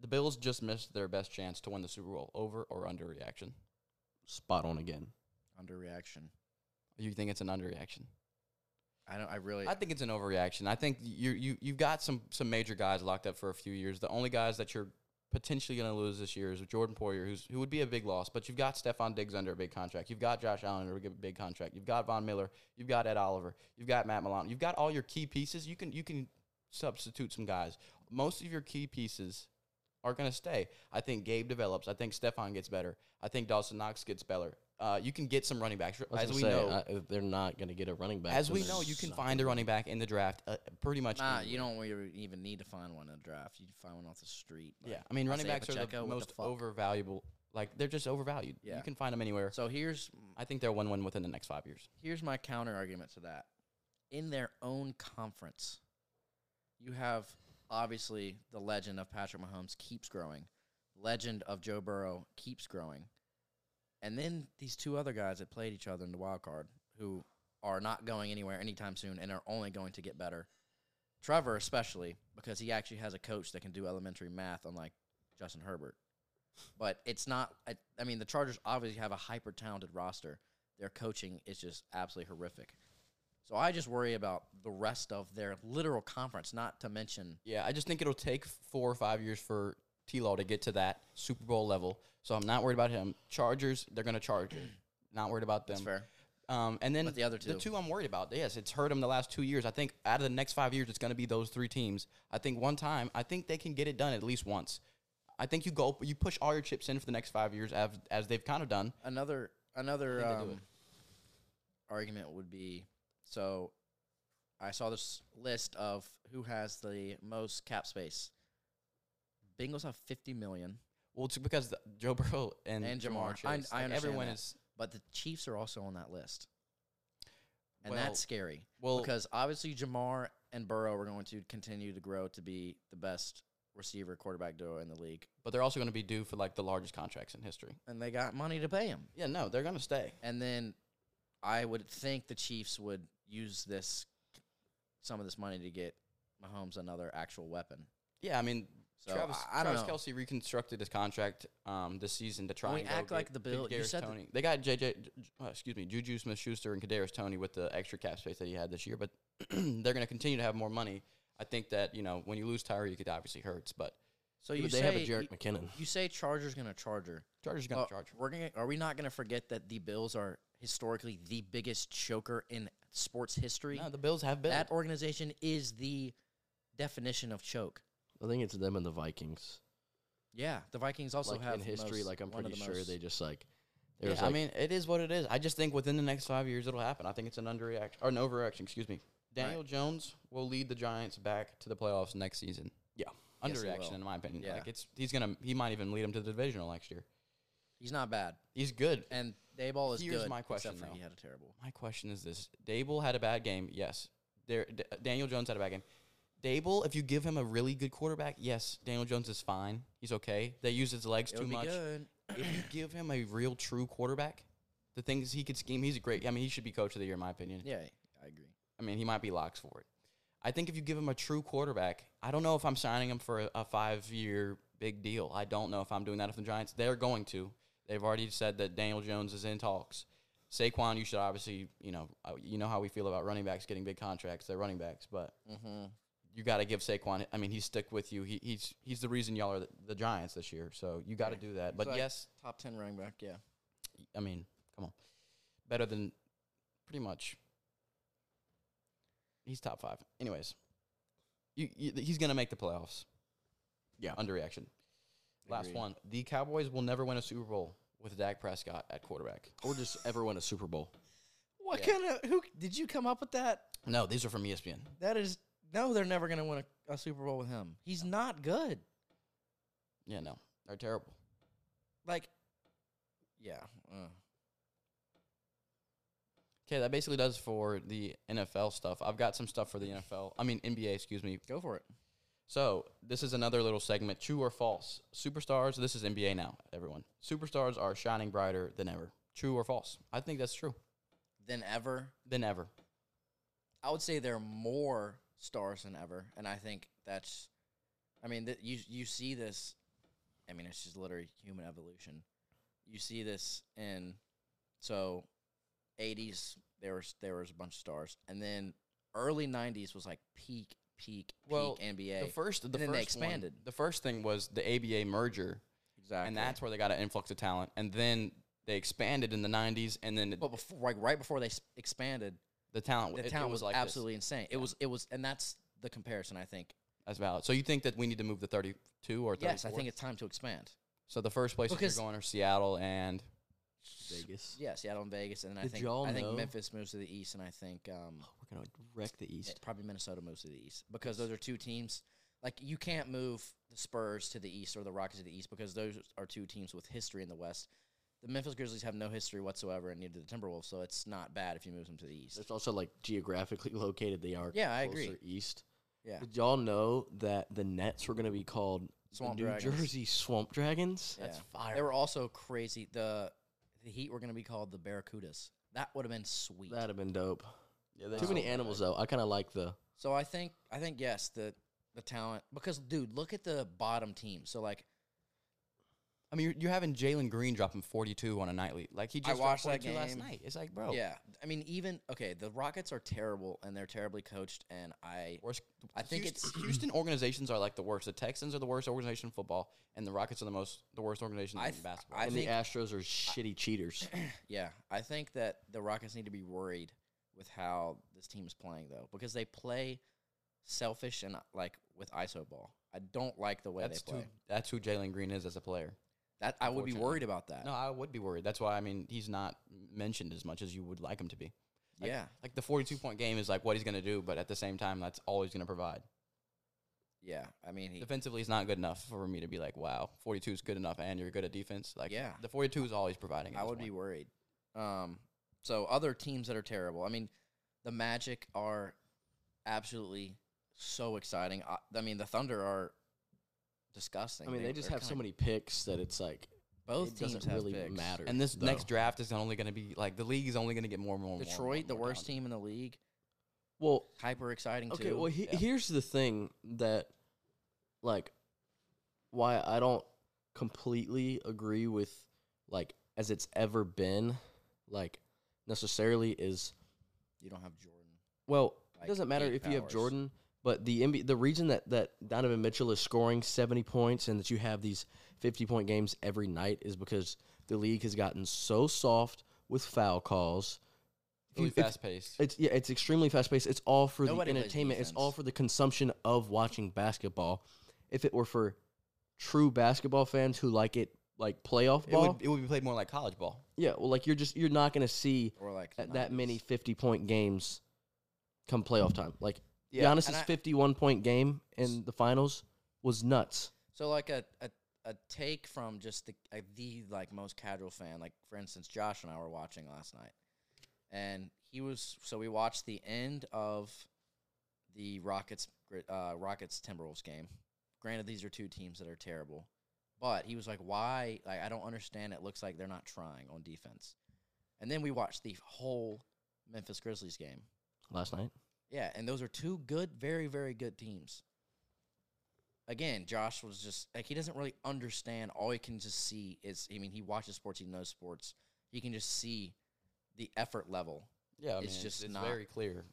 The Bills just missed their best chance to win the Super Bowl. Over or under reaction? Spot on again. Underreaction. You think it's an underreaction? I don't. I really. I think it's an overreaction. I think you you you've got some some major guys locked up for a few years. The only guys that you're potentially going to lose this year is Jordan Poyer, who's who would be a big loss. But you've got Stephon Diggs under a big contract. You've got Josh Allen under a big- big contract. You've got Von Miller. You've got Ed Oliver. You've got Matt Milano. You've got all your key pieces. You can you can substitute some guys. Most of your key pieces are going to stay. I think Gabe develops. I think Stefan gets better. I think Dawson Knox gets better. Uh, you can get some running backs. As As I we say, know, I, they're not going to get a running back. as when we they're know, you can not find a gonna- running back in the draft uh, pretty much. Nah, anywhere. you don't really even need to find one in the draft. You find one off the street. like- Yeah, I mean, running Isaiah backs are Pacheco, the what the most fuck? overvaluable. Like they're just overvalued. Yeah. You can find them anywhere. So here's I think they'll win one within the next five years. here's my counter argument to that. In their own conference, you have obviously the legend of Patrick Mahomes keeps growing. legend of Joe Burrow keeps growing. And then these two other guys that played each other in the wild card who are not going anywhere anytime soon and are only going to get better. Trevor, especially, because he actually has a coach that can do elementary math, unlike Justin Herbert. But it's not, I, I mean, the Chargers obviously have a hyper talented roster. Their coaching is just absolutely horrific. So I just worry about the rest of their literal conference, not to mention Yeah, I just think it'll take four or five years for T Law to get to that Super Bowl level. So I'm not worried about him. Chargers, they're gonna charge. it. Not worried about them. That's fair. Um, and then But the other the two. two I'm worried about. Yes, it's hurt them the last two years. I think out of the next five years, it's going to be those three teams. I think one time, I think they can get it done at least once. I think you go, you push all your chips in for the next five years, as, as they've kind of done. another another I think they do um, argument would be so I saw this list of who has the most cap space. Bengals have 50 million, Well, it's because the, Joe Burrow and, And Jamar. Chase, I- like, I understand everyone that. is but the Chiefs are also on that list. And Well- that's scary well. because obviously Jamar and Burrow are going to continue to grow to be the best receiver quarterback duo in the league. but they're also going to be due for like the largest contracts in history. And they got money to pay him. Yeah, no, they're going to stay. And then I would think the Chiefs would use this some of this money to get Mahomes another actual weapon. Yeah, I mean, So Travis, I, I don't Travis know. Kelsey reconstructed his contract um, this season to try When we and go act get like the Bill- you Kadarius said that- Toney. They got JJ, J- uh, excuse me, Juju Smith-Schuster and Kadarius Tony with the extra cap space that he had this year, but they're going to continue to have more money. I think that you know when you lose Tyreek, it obviously hurts, but So But you they say have a Jarek you, McKinnon. you say Chargers gonna Charger. Chargers are going but to charge. We're gonna, are we not gonna forget that the Bills are historically the biggest choker in sports history? No, the Bills have been. that organization is the definition of choke. I think it's them and the Vikings. Yeah, the Vikings also like have in the history, most- like I'm one of pretty the sure most- they just like. Yeah, There's I like, mean, it is what it is. I just think within the next five years it'll happen. I think it's an underreaction or an overreaction. Excuse me. Daniel Jones will lead the Giants back to the playoffs next season. Yeah. Yes, he underreaction will. in my opinion. Yeah. Like it's he's gonna he might even lead them to the divisional next year. He's not bad, He's good. and Dayball is Here's good. my except question, for though. He had a terrible. My question is this: Dable had a bad game. Yes, there. D- Daniel Jones had a bad game. Dable, if you give him a really good quarterback, yes, Daniel Jones is fine. He's okay. They use his legs It too would be much. good. If you give him a real, true quarterback, the things he could scheme, he's a great. I mean, he should be coach of the year, in my opinion. Yeah, I agree. I mean, he might be locks for it. I think if you give him a true quarterback, I don't know if I'm signing him for a, a five year big deal. I don't know if I'm doing that if the Giants. They're going to. They've already said that Daniel Jones is in talks. Saquon, you should obviously, you know, uh, you know how we feel about running backs getting big contracts. They're running backs, but Mm-hmm. you got to give Saquon. I mean, he's stick with you. He, he's he's the reason y'all are the, the Giants this year. So you got to Right. do that. But like- yes, Top ten running back. Yeah. I mean, come on, better than pretty much. He's top five. Anyways, you, you, he's gonna make the playoffs. Yeah. underreaction. Last Agreed. one: the Cowboys will never win a Super Bowl with Dak Prescott at quarterback. or just ever win a Super Bowl. What Yeah. kind of who did you come up with that? No, these are from E ESPN. That is no, they're never gonna win a, a Super Bowl with him. He's not good. Yeah, no, they're terrible. Like, yeah, uh, Okay, that basically does for the NFL stuff. I've got some stuff for the NFL. I mean NBA, excuse me. go for it. So this is another little segment: true or false. Superstars. This is NBA now. Everyone, superstars are shining brighter than ever. True or false? I think that's true. Than ever, Than ever. I would say there are more stars than ever, and I think that's. I mean, th- you you see this. I mean, it's just literally human evolution. You see this in, so, eighties there was there was a bunch of stars, and then early nineties was like peak peak Well, peak NBA. The first, the then they first one- expanded. the first thing was the ABA merger, exactly, and that's where they got an influx of talent. And then they expanded in the '90s, and then But before, like right before they s- expanded, the talent, the it- it talent was, like this. absolutely insane. It was, it was, and that's the comparison. I think. that's valid. So you think that we need to move the 32 or 34? Yes, I think it's time to expand. so. The first places Because- you're going are Seattle and Vegas. Yeah, Seattle and Vegas, and then I Did think y'all I think know- Oh, Memphis moves to the east, and I think um, We're gonna wreck the it- East. probably Minnesota moves to the east because those are two teams. Like you can't move the Spurs to the east or the Rockets to the east because those are two teams with history in the West. The Memphis Grizzlies have no history whatsoever, and neither do the Timberwolves, so it's not bad if you move them to the east. It's also like geographically located. They are Yeah, I closer agree. East. Yeah. Did y'all know that the Nets were gonna be called Swamp New Dragons. Jersey Swamp Dragons. Yeah. That's fire. They were also crazy. The the Heat were going to be called the Barracudas. That would have been sweet. That'd have been dope. Yeah, they Too many sold that animals back. though. I kind of like the So I think I think yes, the the talent because dude, look at the bottom team. So like I mean, you're, you're having Jalen Green dropping 42 on a nightly. Like he I just dropped watched that 42 last game. night. It's like, bro, yeah, I mean even okay, the Rockets are terrible and they're terribly coached and I Worst, I think Houston, it's- Houston organizations are like the worst. The Texans are the worst organization in football, and the Rockets are the most the worst organization I in th- basketball. I and think the Astros are shitty cheaters. yeah, I think that the Rockets need to be worried with how this team is playing though because they play selfish and uh, like with iso ball. I don't like the way that's they play. who that's who Jalen Green is as a player. That I would be unfortunately. worried about that. No, I would be worried. That's why I mean he's not mentioned as much as you would like him to be. like- yeah. Like the 42 point game is like what he's going to do, but at the same time, that's all he's going to provide. Yeah. I mean, he, Defensively, he's not good enough for me to be like, wow, 42 is good enough, and you're good at defense. Like, Yeah. the 42 is all he's providing. at I this would be point. worried. Um, so other teams that are terrible. I mean, the Magic are absolutely so exciting. I, I mean, the Thunder are disgusting. I mean, they just they're have so kinda- many picks that it's like Both it teams doesn't have really picks. matter. And this though. next draft is only going to be like the league is only going to get more and more. and more and more Detroit, and the more worst dominant. team in the league, well, hyper exciting okay. too. Well, he, yeah. here's the thing that, like, why I don't completely agree with like as it's ever been, like necessarily is you don't have Jordan. well. Like, it doesn't matter eight if you have powers. Jordan, but the NBA, the reason that that Donovan Mitchell is scoring seventy points and that you have these fifty point games every night is because the league has gotten so soft with foul calls. Really If you- if- fast paced. It's yeah, it's extremely fast paced. It's all for Nobody the plays entertainment. It's all defense. for the consumption of watching basketball. If it were for true basketball fans who like it like playoff It ball, would, it would be played more like college ball. yeah, well, like you're just you're not gonna see Or like that, the that many 90s. fifty point games come playoff time. Like Yeah, and Giannis's I- fifty one point game in the finals was nuts. So like a, a a take from just the uh, the like most casual fan, like for instance, Josh and I were watching last night, and he was so we watched the end of the Rockets Gri- uh, Rockets Timberwolves game. Granted, these are two teams that are terrible, but he was like, "Why? Like, I don't understand. It looks like they're not trying on defense." And then we watched the whole Memphis Grizzlies game. Last night, Yeah, and those are two good, very, very good teams. Again, Josh was just like he doesn't really understand. All he can just see is, I mean, he watches sports, he knows sports. He can just see the effort level. Yeah, I It's mean, just it's not- very clear.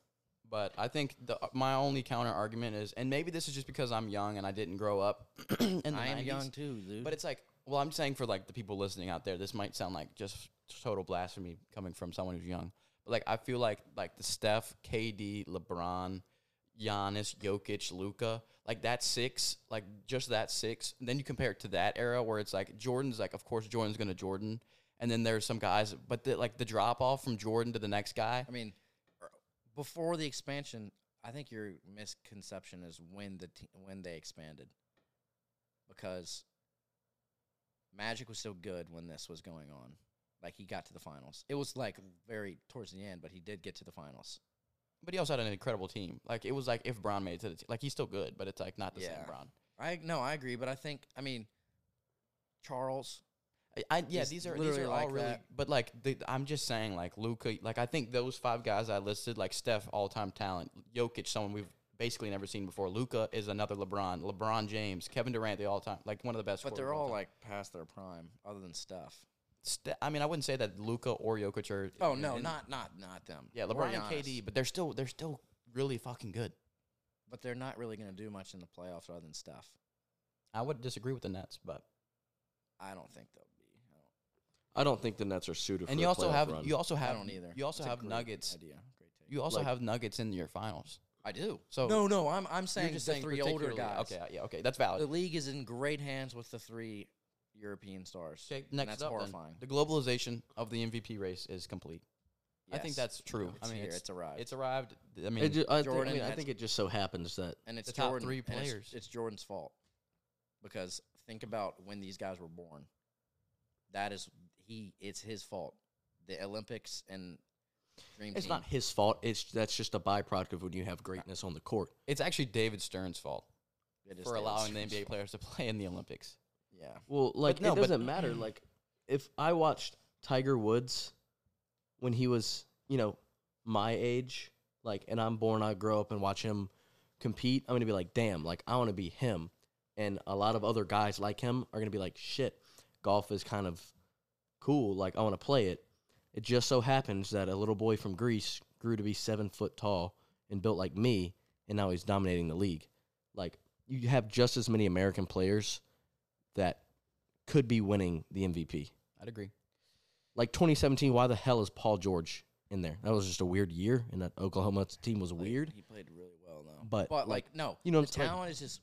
But I think the, my only counter argument is, and maybe this is just because I'm young and I didn't grow up in the I am 90s, young too, dude. But it's like, well, I'm saying for like the people listening out there, this might sound like just total blasphemy coming from someone who's young. But like, I feel like like the Steph, KD, LeBron, Giannis, Jokic, Luca, like that six, like just that six. And then you compare it to that era where it's like Jordan's like, of course Jordan's gonna Jordan, and then there's some guys, but the, like the drop off from Jordan to the next guy. I mean, er, before the expansion, I think your misconception is when the te- when they expanded, because Magic was so good when this was going on. Like he got to the finals. It was like very towards the end, but he did get to the finals. But he also had an incredible team. Like it was like if Brown made it to the team, like he's still good, but it's like not the Yeah. same Brown. I no, I agree, but I think I mean Charles. I, I yeah, It's these are these literally are all like really. that. But like, the, I'm just saying, like Luca, like I think those five guys I listed, like Steph, all time talent, Jokic, someone we've basically never seen before. Luca is another LeBron, LeBron James, Kevin Durant, the all time, like one of the best. But scorers they're of all time. like past their prime, other than stuff. Ste- I mean, I wouldn't say that Luca or Jokic are. Oh in- no, in- not not not them. yeah, Or LeBron and Giannis. KD, but they're still they're still really fucking good. But they're not really going to do much in the playoffs, other than stuff. I would disagree with the Nets, but I don't think they'll be. I don't- I don't think the Nets are suited. for and you a also playoff have run. you also I have don't either. You also That's a have great Nuggets. Idea. Great take. You also Like- have Nuggets in your finals. I do. So no, no, I'm I'm You're saying just just the three older particularly- guys. Okay, yeah, okay, that's valid. The league is in great hands with the three European stars. Okay, and next that's up, then. horrifying. the globalization of the MVP race is complete. I think Yes. that's true. It's I mean, here. It's, It's arrived. It's arrived. Th- I mean, It ju- I, think, I Jordan mean, I has- think it just so happens that and it's the top Jordan, three and it's- players. It's, Jordan's fault because think about when these guys were born. That is he. It's his fault. The Olympics and Dream it's Team. not his fault. It's that's just a byproduct of when you have greatness on the court. it's actually David Stern's fault. It is for Taylor allowing the Swift. NBA players to play in the Olympics. Yeah. Well, like no, it but- doesn't matter. Like if I watched Tiger Woods when he was, you know, my age, like, and I'm born, I grow up and watch him compete. I'm gonna be like, damn, like I want to be him. And a lot of other guys like him are gonna be like, shit, golf is kind of cool. Like I want to play it. It just so happens that a little boy from Greece grew to be seven foot tall and built like me, and now he's dominating the league. Like you have just as many American players that could be winning the MVP. I'd agree. Like 2017, why the hell is Paul George in there? That was just a weird year, and that Oklahoma team was weird. He played really well though. But, but like, like, no, you know the what I'm saying? talent is just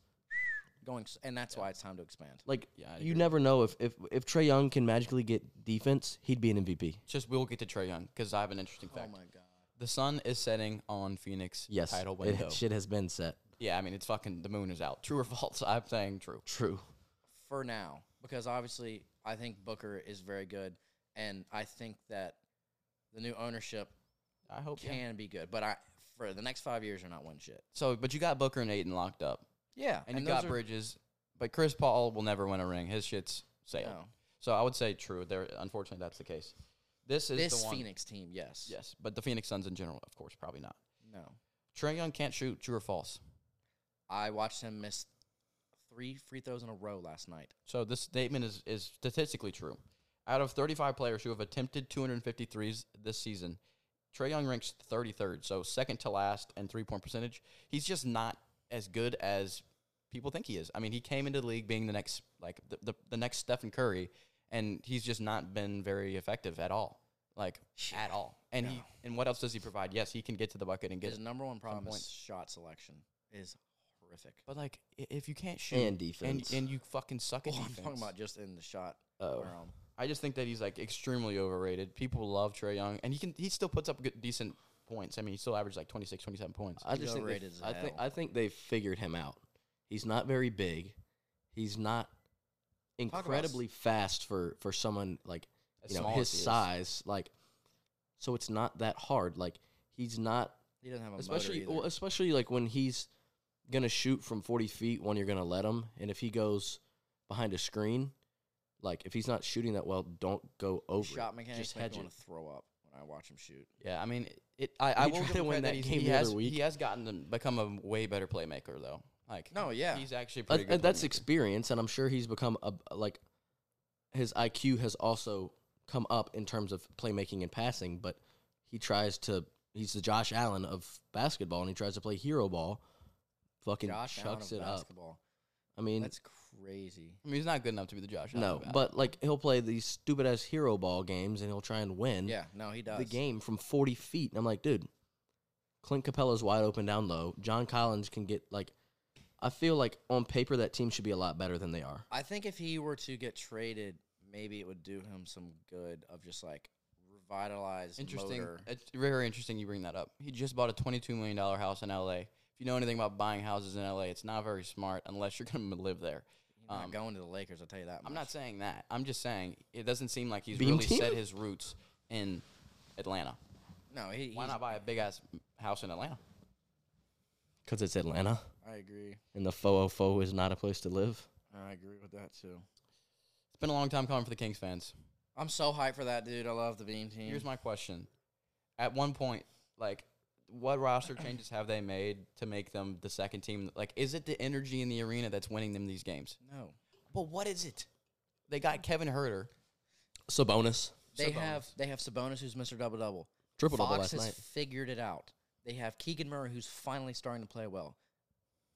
going, s- and that's why it's time to expand. Like Yeah, I'd you agree. never know if if if Trey Young can magically get defense, he'd be an MVP. Just we'll get to Trey Young because I have an interesting fact. Oh my god. The sun is setting on Phoenix Yes, title it- window. shit has been set. Yeah, I mean it's fucking the moon is out. True or false? I'm saying true. True. for now because obviously I think Booker is very good, and I think that the new ownership I hope can be good. But I for the next five years, you're not winning shit. So, but you got Booker and Aiden locked up, Yeah, and, you got Bridges, but Chris Paul will never win a ring. His shit's sailed. No. So I would say true. There, unfortunately, that's the case. This is This the one. Phoenix team, yes, Yes, but the Phoenix Suns in general, of course, probably not. no. Trey Young can't shoot. True or false? I watched him miss three free throws in a row last night. So this statement is, is statistically true. Out of 35 players who have attempted 253s this season, Trey Young ranks 33rd, so second to last in three point percentage. He's just not as good as people think he is. I mean, he came into the league being the next like the, the, the next Stephen Curry, and he's just not been very effective at all, like at all. And he and what else does he provide? Yes, he can get to the bucket and get. His number one problem is points. shot selection is horrific. But like, i- if you can't shoot And defense. and, and you fucking suck at Well, Oh, I'm defense, talking about just in the shot Oh. realm. I just think that he's like extremely overrated. People love Trey Young, and he can he still puts up good decent points. I mean, he still averages like 26, 27 points. I He's just think they, overrated as I think hell. I think they've figured him out. He's not very big. He's not about s- incredibly fast for for someone like As you know small his as he is. size. Like so, it's not that hard. Like he's not He doesn't have a especially motor either. well, especially like when he's gonna shoot from 40 feet when you're gonna let him and if he goes behind a screen like if he's not shooting that well don't go over His shot it. mechanics just make hedge me it want to throw up when I watch him shoot. Yeah, I mean, it. I, I He will tried give to him win credit that that he's- game he the has other week. he has gotten to become a way better playmaker though. Like No, yeah. he's actually Uh, pretty uh, good. that's playmaker. experience and i'm sure he's become a like his iq has also come up in terms of playmaking and passing but he tries to he's the josh allen of basketball and he tries to play hero ball fucking Josh Allen chucks of it up basketball. i mean That's crazy. I mean, he's not good enough to be the Josh. Allen No, of it. but like he'll play these stupid ass hero ball games and he'll try and win Yeah, no, he does. the game from 40 feet. And I'm like, dude, Clint Capella's wide open down low. John Collins can get like, I feel like on paper that team should be a lot better than they are. I think if he were to get traded, maybe it would do him some good of just like revitalize interesting. motor. It's very interesting you bring that up. He just bought a twenty-two million dollar house in L.A. If you know anything about buying houses in L.A., it's not very smart unless you're going to live there. He's not um, going to the Lakers, I'll tell you that. I'm much. not saying that. I'm just saying it doesn't seem like he's Beam really team? set his roots in Atlanta. No, he, Why he's- not buy a big ass house in Atlanta? Because it's Atlanta I agree. and the fo is not a place to live. I agree with that too. It's been a long time coming for the Kings fans. I'm so hyped for that dude. I love the Beam team. Here's my question: At one point, like, what roster changes have they made to make them the second team? Like, is it the energy in the arena that's winning them these games? no. But what is it? They got Kevin Herter. Sabonis. They Sabonis. have they have Sabonis who's Mr. Double Double. Triple double Fox last has night. figured it out. They have Keegan Murray who's finally starting to play well.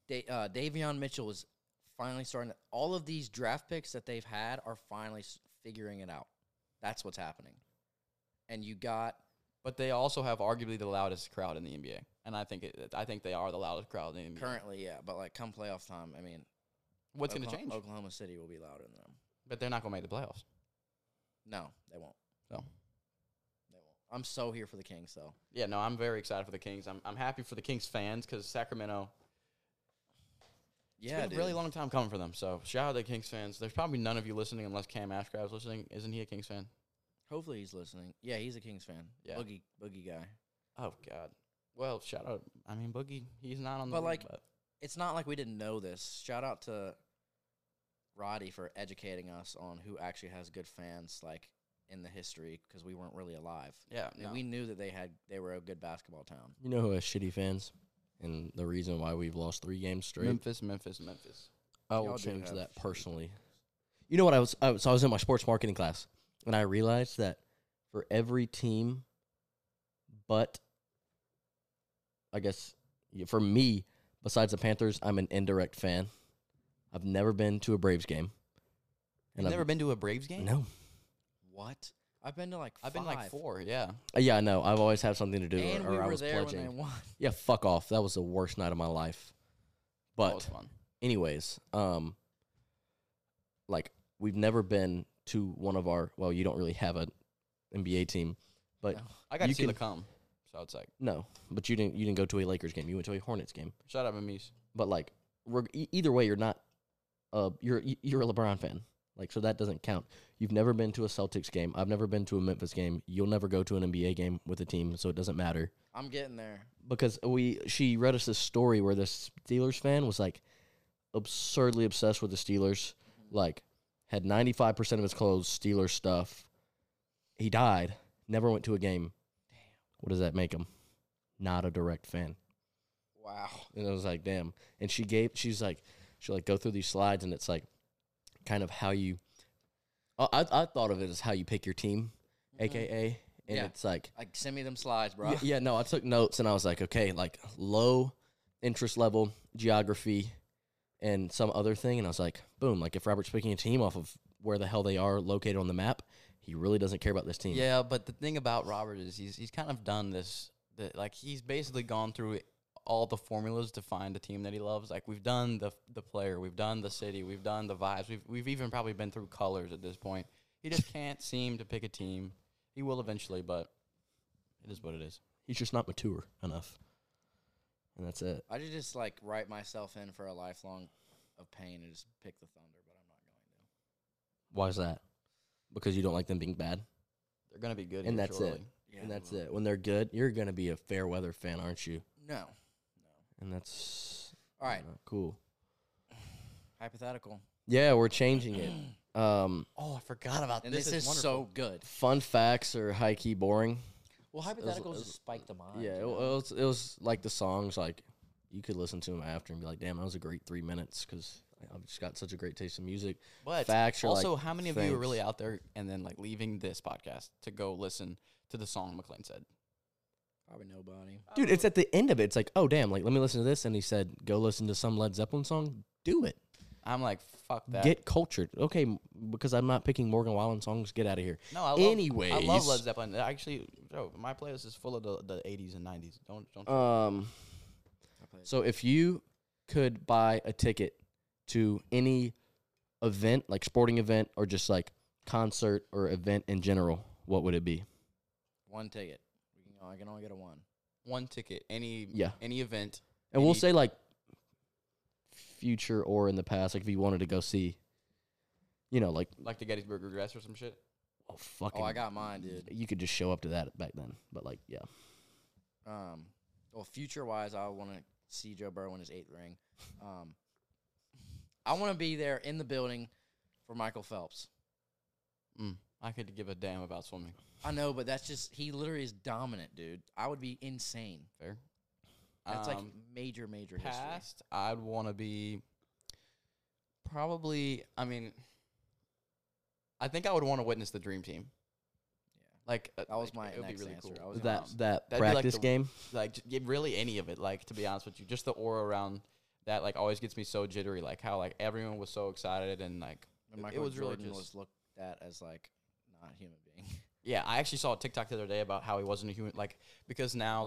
Da- uh, Davion Mitchell is finally starting. To, all of these draft picks that they've had are finally s- figuring it out. That's what's happening. And you got But they also have arguably the loudest crowd in the NBA, and I think it, I think they are the loudest crowd in the NBA. currently, yeah, but like come playoff time, I mean, What's going to Oklahoma- change? Oklahoma City will be louder than them. But they're not going to make the playoffs. No, they won't. They So won't. I'm so here for the Kings though. yeah, no, I'm very excited for the Kings. I'm I'm happy for the Kings fans because Sacramento. Yeah, it's been a really long time coming for them. So shout out to the Kings fans. There's probably none of you listening unless Cam Ashcraft's listening. Isn't he a Kings fan? Hopefully he's listening. Yeah, he's a Kings fan. Yeah. Boogie boogie guy. Oh God. Well, shout out. I mean, Boogie, he's not on the. But league, like- but it's not like we didn't know this. Shout out to Roddy for educating us on who actually has good fans, like in the history, because we weren't really alive. Yeah, And no. We knew that they had they were a good basketball town. You know who has shitty fans, and the reason why we've lost three games straight. Memphis, Memphis, Memphis. I Y'all will do change have that shitty personally. You know what I was, I was? So I was in my sports marketing class, and I realized that for every team, but I guess yeah, for me, besides the Panthers, I'm an indirect fan. I've never been to a Braves game, You've I've never been to a Braves game? No, What? I've been to like I've been like five. four. Yeah. Uh, yeah, I know. I've always had something to do, and or, we or I were was there pledging. when they won. Yeah, fuck off. That was the worst night of my life. Oh, That was But fun. anyways, um like we've never been to one of our well, you don't really have an NBA team, but No. I got You to see can- the come. So it's like, no, but you didn't you didn't go to a Lakers game. You went to a Hornets game. shut up, Amis. But like reg- e- either way you're not uh you're y- you're a LeBron fan. Like so that doesn't count. You've never been to a Celtics game. I've never been to a Memphis game. You'll never go to an NBA game with a team, so it doesn't matter. I'm getting there. because we she read us this story where this Steelers fan was like absurdly obsessed with the Steelers, like had ninety five percent of his clothes Steelers stuff. He died, never went to a game. What does that make him? Not a direct fan. Wow. And I was like, damn. And she gave she's like she'll like go through these slides and it's like kind of how you I I, I thought of it as how you pick your team, aka and Yeah. it's like Like send me them slides, bro. Y- Yeah, no, I took notes and I was like, okay, like low interest level, geography, and some other thing. And I was like, boom, like if Robert's picking a team off of where the hell they are located on the map, he really doesn't care about this team. Yeah, but the thing about Robert is he's he's kind of done this. That like he's basically gone through all the formulas to find the team that he loves. Like we've done the the player, we've done the city, we've done the vibes. We've we've even probably been through colors at this point. He just can't seem to pick a team. He will eventually, but it is what it is. He's just not mature enough. And that's it. I should just like write myself in for a lifelong of pain and just pick the thunder, but I'm not going to. Why is that? Because you don't like them being bad. They're gonna be good, And here that's shortly. it. and that's it. When they're good, you're going to be a fair weather fan, aren't you? No. And that's All right. not cool. Hypothetical. Yeah, we're changing it. Um, Oh, I forgot about And this, is, so good. fun facts are high key boring. Well, hypotheticals just spike the mind. Yeah, it, wa- it was it was like the songs like you could listen to them after and be like, damn, that was a great three minutes because I've just got such a great taste in music. But Facts are also, like how many of you are things. really out there and then like leaving this podcast to go listen to the song McLean said? Probably nobody. Dude, it's at the end of it. It's like, oh damn, like let me listen to this, and he said, go listen to some Led Zeppelin song. Do it. I'm like, fuck that. Get cultured. Okay, m- because I'm not picking Morgan Wallen songs. Get out of here. no, I love, I love Anyways. Led Zeppelin. Actually, bro, my playlist is full of the, the 80s and 90s. Don't don't. Uh, Um, I played- so if you could buy a ticket to any event, like sporting event or just like concert or event in general, what would it be? one ticket. We can, I can only get a one. one ticket, any Yeah. any event. And we'll Any- say like future or in the past, like if you wanted to go see, you know, like Like the Gettysburg Regress or some shit. oh fucking, Oh, I got mine, dude. You could just show up to that back then, but like yeah, Um, well, future wise, I want to see Joe Burrow win his eighth ring. Um, I want to be there in the building for Michael Phelps. Mm, I could give a damn about swimming. I know, but that's just he literally is dominant, dude. I would be insane. Fair. That's like Um, major, major history. past, I'd want to be probably. I mean, I think I would want to witness the dream team. Like uh, That was like, my It would be next really answer. I cool. was gonna that ask. that That'd be like practice the- game. Like j- yeah, really any of it. Like to be honest with you, just the aura around that like always gets me so jittery. Like how like everyone was so excited and like And it- Michael it was really Jordan just- was looked at as like not a human being. yeah. I actually saw a TikTok the other day about how he wasn't a human. Like because now